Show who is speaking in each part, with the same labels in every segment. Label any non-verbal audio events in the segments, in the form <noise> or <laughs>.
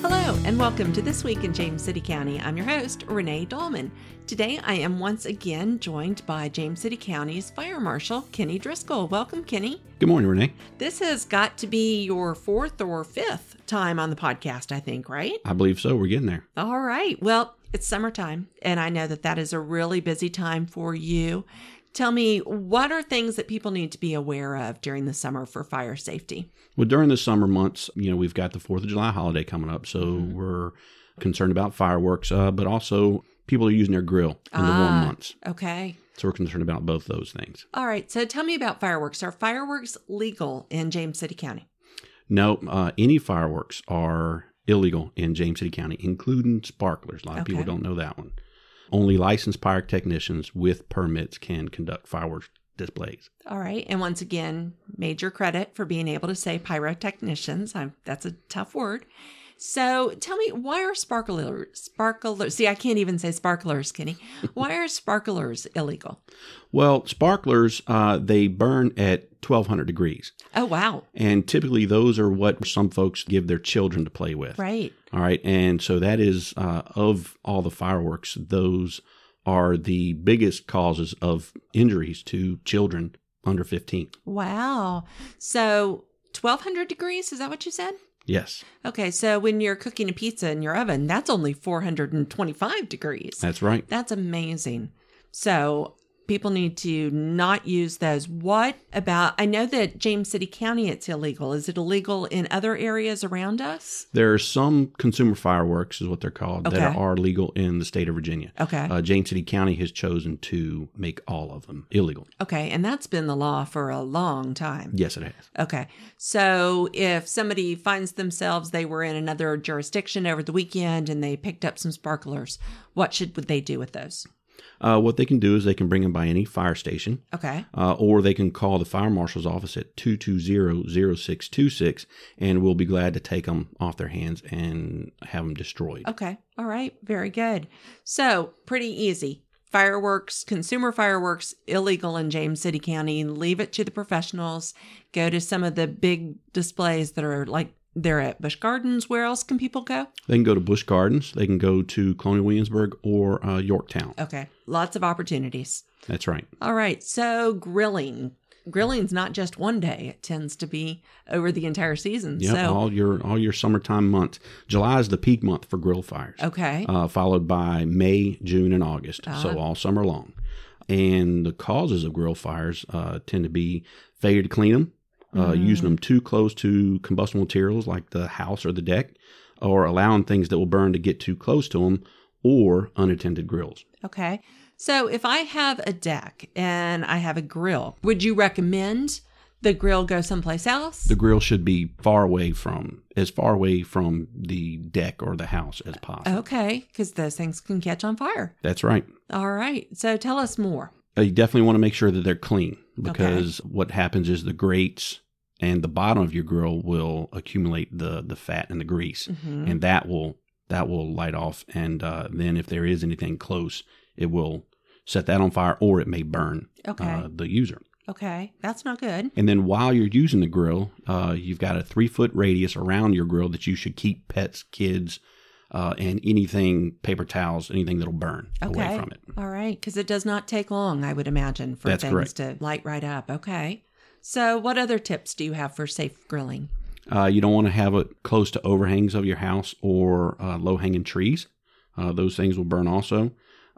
Speaker 1: Hello, and welcome to This Week in James City County. I'm your host, Renee Dolman. Today, I am once again joined by James City County's Fire Marshal, Kenny Driscoll. Welcome, Kenny.
Speaker 2: Good morning, Renee.
Speaker 1: This has got to be your fourth or fifth time on the podcast, I think, right?
Speaker 2: I believe so. We're getting there.
Speaker 1: All right. Well, it's summertime, and I know that that is a really busy time for you. Tell me, what are things that people need to be aware of during the summer for fire safety?
Speaker 2: Well, during the summer months, you know, we've got the 4th of July holiday coming up. So
Speaker 1: Mm-hmm.
Speaker 2: we're concerned about fireworks, uh, but also people are using their grill in the warm
Speaker 1: Ah.
Speaker 2: months.
Speaker 1: Okay.
Speaker 2: So we're concerned about both those things.
Speaker 1: All right. So tell me about fireworks. Are fireworks legal in James City County?
Speaker 2: No, uh, any fireworks are illegal in James City County, including sparklers. A lot of people
Speaker 1: Okay.
Speaker 2: don't know that one. Only licensed pyrotechnicians with permits can conduct fireworks displays.
Speaker 1: All right. And once again, major credit for being able to say pyrotechnicians. I'm, that's a tough word. So tell me, why are sparklers, sparklers, see, I can't even say sparklers, Kenny. Why are sparklers illegal?
Speaker 2: Well, sparklers, uh, they burn at 1200 degrees.
Speaker 1: Oh, wow.
Speaker 2: And typically, those are what some folks give their children to play with.
Speaker 1: Right.
Speaker 2: All right. And so, that is uh, of all the fireworks, those are the biggest causes of injuries to children under 15.
Speaker 1: Wow. So 1200 degrees, is that what you said?
Speaker 2: Yes,
Speaker 1: Okay. So when you're cooking a pizza in your oven, that's only 425 degrees.
Speaker 2: that's right.
Speaker 1: That's amazing. So people need to not use those. What about? I know that James City County, it's illegal. Is it illegal in other areas around us?
Speaker 2: There are some consumer fireworks, is what they're called, that
Speaker 1: Okay.
Speaker 2: are legal in the state of Virginia.
Speaker 1: Okay.
Speaker 2: Uh, James City County has chosen to make all of them illegal.
Speaker 1: okay. And that's been the law for a long time.
Speaker 2: Yes, it has.
Speaker 1: Okay. So if somebody finds themselves they were in another jurisdiction over the weekend and they picked up some sparklers, what should would they do with those?
Speaker 2: Uh, what they can do is they can bring them by any fire station.
Speaker 1: Okay.
Speaker 2: uh, or they can call the fire marshal's office at 220-0626 and we'll be glad to take them off their hands and have them destroyed
Speaker 1: Okay. All right. Very good. So, pretty easy. Fireworks, consumer fireworks, illegal in James City County. Leave it to the professionals. Go to some of the big displays that are like they're at Busch Gardens. Where else can people go?
Speaker 2: they can go to bush gardens they can go to colonial williamsburg or uh, yorktown
Speaker 1: Okay. Lots of opportunities.
Speaker 2: that's right
Speaker 1: All right. So, grilling. Grilling's not just one day, it tends to be over the entire season.
Speaker 2: yep
Speaker 1: so,
Speaker 2: all your all your summertime months july is the peak month for grill fires
Speaker 1: okay.
Speaker 2: uh, followed by may june and august so all summer long and the causes of grill fires uh, tend to be failure to clean them uh, using them too close to combustible materials like the house or the deck, or allowing things that will burn to get too close to them, or unattended grills.
Speaker 1: Okay. So if I have a deck and I have a grill, would you recommend the grill go someplace else?
Speaker 2: The grill should be far away from, as far away from the deck or the house as possible.
Speaker 1: okay, because those things can catch on fire.
Speaker 2: That's right.
Speaker 1: All right. So tell us more.
Speaker 2: Uh, You definitely want to make sure that they're clean because what happens is the grates and the bottom of your grill will accumulate the the fat and the grease,
Speaker 1: Mhm.
Speaker 2: and that will that will light off. And uh, then if there is anything close, it will set that on fire, or it may burn
Speaker 1: Okay.
Speaker 2: uh, the user.
Speaker 1: okay. That's not good.
Speaker 2: And then while you're using the grill, uh, you've got a three foot radius around your grill that you should keep pets, kids, uh, and anything paper towels, anything that'll burn
Speaker 1: Okay.
Speaker 2: away from it.
Speaker 1: All right. Because it does not take long, I would imagine, for
Speaker 2: That's
Speaker 1: things
Speaker 2: correct.
Speaker 1: to light right up. Okay. So what other tips do you have for safe grilling?
Speaker 2: Uh, you don't want to have it close to overhangs of your house or uh, low hanging trees. Uh, those things will burn also,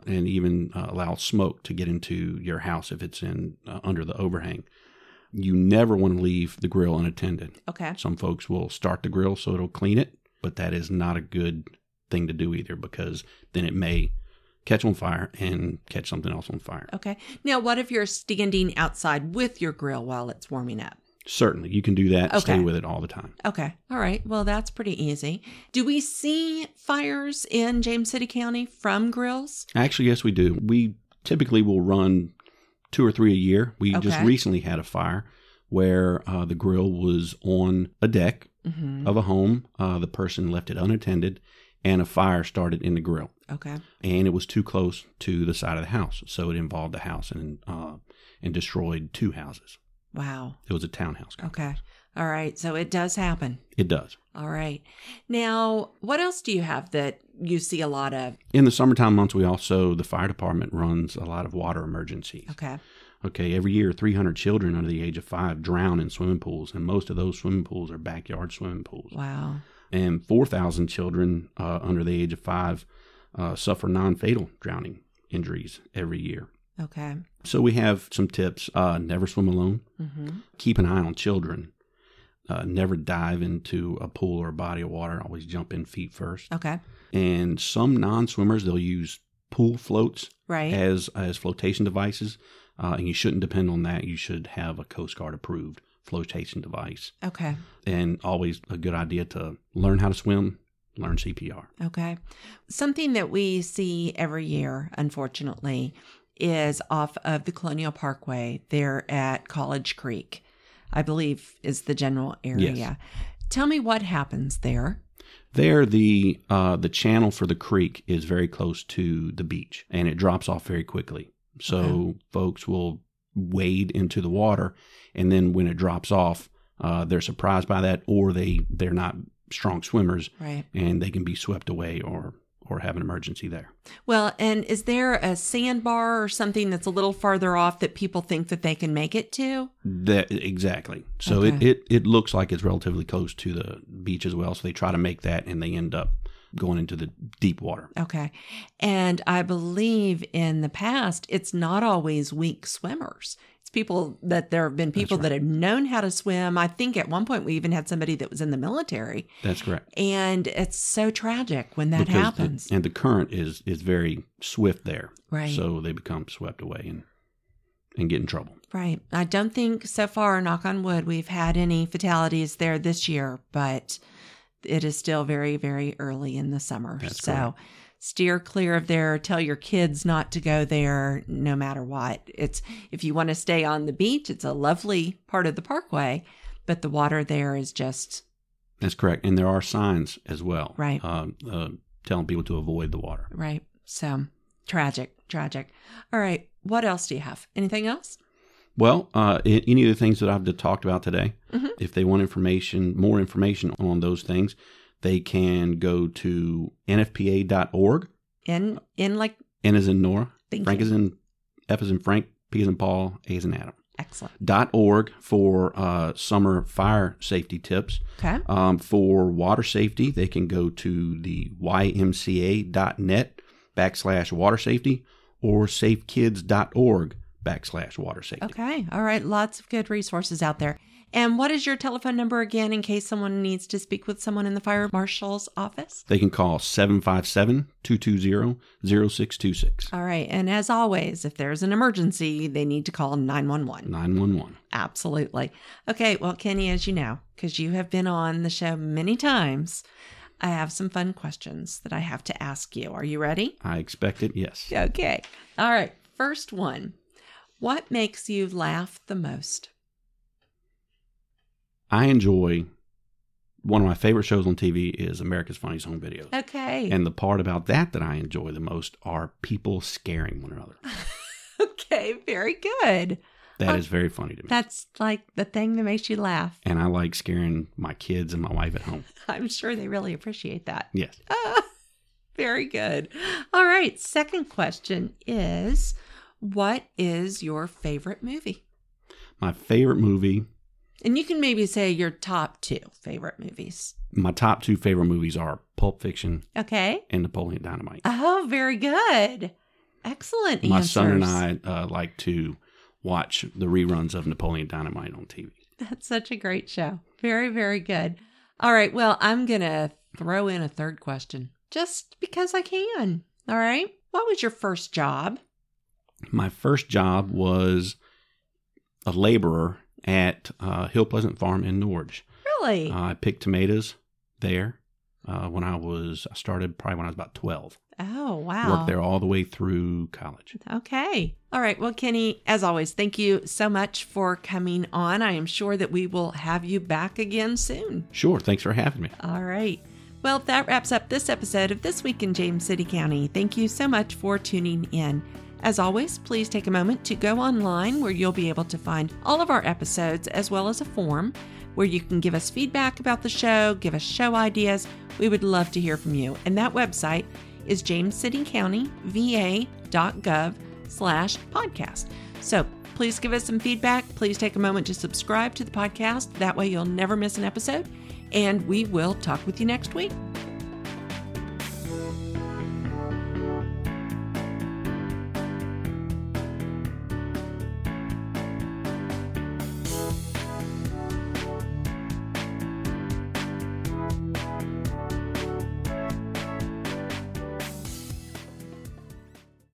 Speaker 2: and even uh, allow smoke to get into your house if it's in uh, under the overhang. You never want to leave the grill unattended.
Speaker 1: Okay.
Speaker 2: Some folks will start the grill so it'll clean it, but that is not a good thing to do either because then it may catch on fire and catch something else on fire.
Speaker 1: Okay. Now, what if you're standing outside with your grill while it's warming up?
Speaker 2: Certainly, you can do that. Stay
Speaker 1: Okay.
Speaker 2: with it all the time.
Speaker 1: Okay. All right. Well, that's pretty easy. Do we see fires in James City County from grills?
Speaker 2: Actually, yes, we do. We typically will run two or three a year. We just
Speaker 1: Okay.
Speaker 2: recently had a fire where uh, the grill was on a deck
Speaker 1: Mm-hmm.
Speaker 2: of a home. Uh, the person left it unattended, and a fire started in the grill,
Speaker 1: Okay.
Speaker 2: and it was too close to the side of the house, so it involved the house and uh, and destroyed two houses.
Speaker 1: Wow.
Speaker 2: It was a townhouse.
Speaker 1: Okay. All right. So it does happen.
Speaker 2: It does.
Speaker 1: All right. Now, what else do you have that you see a lot of?
Speaker 2: In the summertime months, we also, the fire department runs a lot of water emergencies.
Speaker 1: Okay.
Speaker 2: Okay, every year, 300 children under the age of five drown in swimming pools, and most of those swimming pools are backyard swimming pools.
Speaker 1: Wow.
Speaker 2: And 4,000 children uh, under the age of five uh, suffer non fatal drowning injuries every year.
Speaker 1: Okay.
Speaker 2: So we have some tips uh, never swim alone,
Speaker 1: Mm-hmm.
Speaker 2: keep an eye on children, uh, never dive into a pool or a body of water, always jump in feet first.
Speaker 1: Okay.
Speaker 2: And some non swimmers, they'll use pool floats
Speaker 1: Right.
Speaker 2: as as flotation devices, uh, and you shouldn't depend on that. You should have a Coast Guard approved flotation device,
Speaker 1: okay.
Speaker 2: and always a good idea to learn how to swim, learn CPR.
Speaker 1: Okay. Something that we see every year, unfortunately, is off of the Colonial Parkway there at College Creek, I believe is the general area. Tell me what happens there.
Speaker 2: There, the uh, the channel for the creek is very close to the beach, and it drops off very quickly. So
Speaker 1: Okay.
Speaker 2: folks will wade into the water, and then when it drops off, uh, they're surprised by that, or they they're not strong swimmers,
Speaker 1: Right.
Speaker 2: and they can be swept away or or have an emergency there.
Speaker 1: Well, and is there a sandbar or something that's a little farther off that people think that they can make it to?
Speaker 2: That exactly. So it,
Speaker 1: Okay.
Speaker 2: it it looks like it's relatively close to the beach as well. So they try to make that, and they end up going into the deep water.
Speaker 1: Okay. And I believe in the past, it's not always weak swimmers. It's people that there have been people
Speaker 2: right.
Speaker 1: that have known how to swim. I think at one point we even had somebody that was in the military.
Speaker 2: That's correct.
Speaker 1: And it's so tragic when that
Speaker 2: the-
Speaker 1: happens.
Speaker 2: and the current is is very swift there,
Speaker 1: right.
Speaker 2: so they become swept away and and get in trouble.
Speaker 1: Right. I don't think so far, knock on wood, we've had any fatalities there this year, but it is still very, very early in the summer.
Speaker 2: That's
Speaker 1: so steer clear of there. Tell your kids not to go there no matter what. It's if you want to stay on the beach, it's a lovely part of the parkway, but the water there is just
Speaker 2: That's correct. And there are signs as well,
Speaker 1: Right.
Speaker 2: Uh, uh, telling people to avoid the water.
Speaker 1: right. So tragic, tragic. All right. What else do you have? Anything else?
Speaker 2: Well, uh, a- any of the things that I've just talked about today,
Speaker 1: Mhm.
Speaker 2: if they want information, more information on those things, they can go to nfpa.org.
Speaker 1: In in like
Speaker 2: N is in Nora,
Speaker 1: thank
Speaker 2: Frank
Speaker 1: you.
Speaker 2: is in F is in Frank, P is in Paul, A is in Adam.
Speaker 1: Excellent.
Speaker 2: Dot org for uh, summer fire safety tips.
Speaker 1: Okay.
Speaker 2: Um, for water safety, they can go to the ymca.net backslash water safety or safekids.org backslash water safety.
Speaker 1: Okay. All right. Lots of good resources out there. And what is your telephone number again in case someone needs to speak with someone in the fire marshal's office?
Speaker 2: They can call 757 220 0626
Speaker 1: All right. And as always, if there's an emergency, they need to call 911.
Speaker 2: 911.
Speaker 1: Absolutely. Okay. Well, Kenny, as you know, because you have been on the show many times, I have some fun questions that I have to ask you. Are you ready?
Speaker 2: I expect it, yes.
Speaker 1: Okay. All right. First one What makes you laugh the most?
Speaker 2: I enjoy one of my favorite shows on TV is America's Funniest Home Videos.
Speaker 1: Okay. <laughs>
Speaker 2: And the part about that that I enjoy the most are people scaring one another.
Speaker 1: okay. Very good.
Speaker 2: That is very funny to me.
Speaker 1: That's like the thing that makes you laugh. <laughs>
Speaker 2: And I like scaring my kids and my wife at home.
Speaker 1: I'm sure they really appreciate that.
Speaker 2: Yes.
Speaker 1: Ah, <laughs> very good. All right. Second question is what is your favorite movie?
Speaker 2: My favorite movie,
Speaker 1: And you can maybe say your top two favorite movies.
Speaker 2: my top two favorite movies are Pulp Fiction
Speaker 1: Okay.
Speaker 2: and Napoleon Dynamite.
Speaker 1: Oh, very good. Excellent
Speaker 2: My
Speaker 1: answers.
Speaker 2: son and I uh, like to watch the reruns of Napoleon Dynamite on TV.
Speaker 1: <laughs> That's such a great show. Very, very good. All right. Well, I'm going to throw in a third question just because I can. All right. What was your first job?
Speaker 2: My first job was a laborer at uh, Hill Pleasant Farm in Norge.
Speaker 1: Really?
Speaker 2: Uh, I picked tomatoes there uh, when I was, I started probably when I was about 12.
Speaker 1: oh, wow.
Speaker 2: Worked there all the way through college.
Speaker 1: Okay. All right. Well, Kenny, as always, thank you so much for coming on. I am sure that we will have you back again soon.
Speaker 2: Sure. Thanks for having me.
Speaker 1: All right. Well, that wraps up this episode of This Week in James City County. Thank you so much for tuning in. As always, please take a moment to go online where you'll be able to find all of our episodes as well as a form where you can give us feedback about the show, give us show ideas. We would love to hear from you. And that website is jamescitycountyva.gov slash podcast. So please give us some feedback. Please take a moment to subscribe to the podcast. That way you'll never miss an episode. And we will talk with you next week.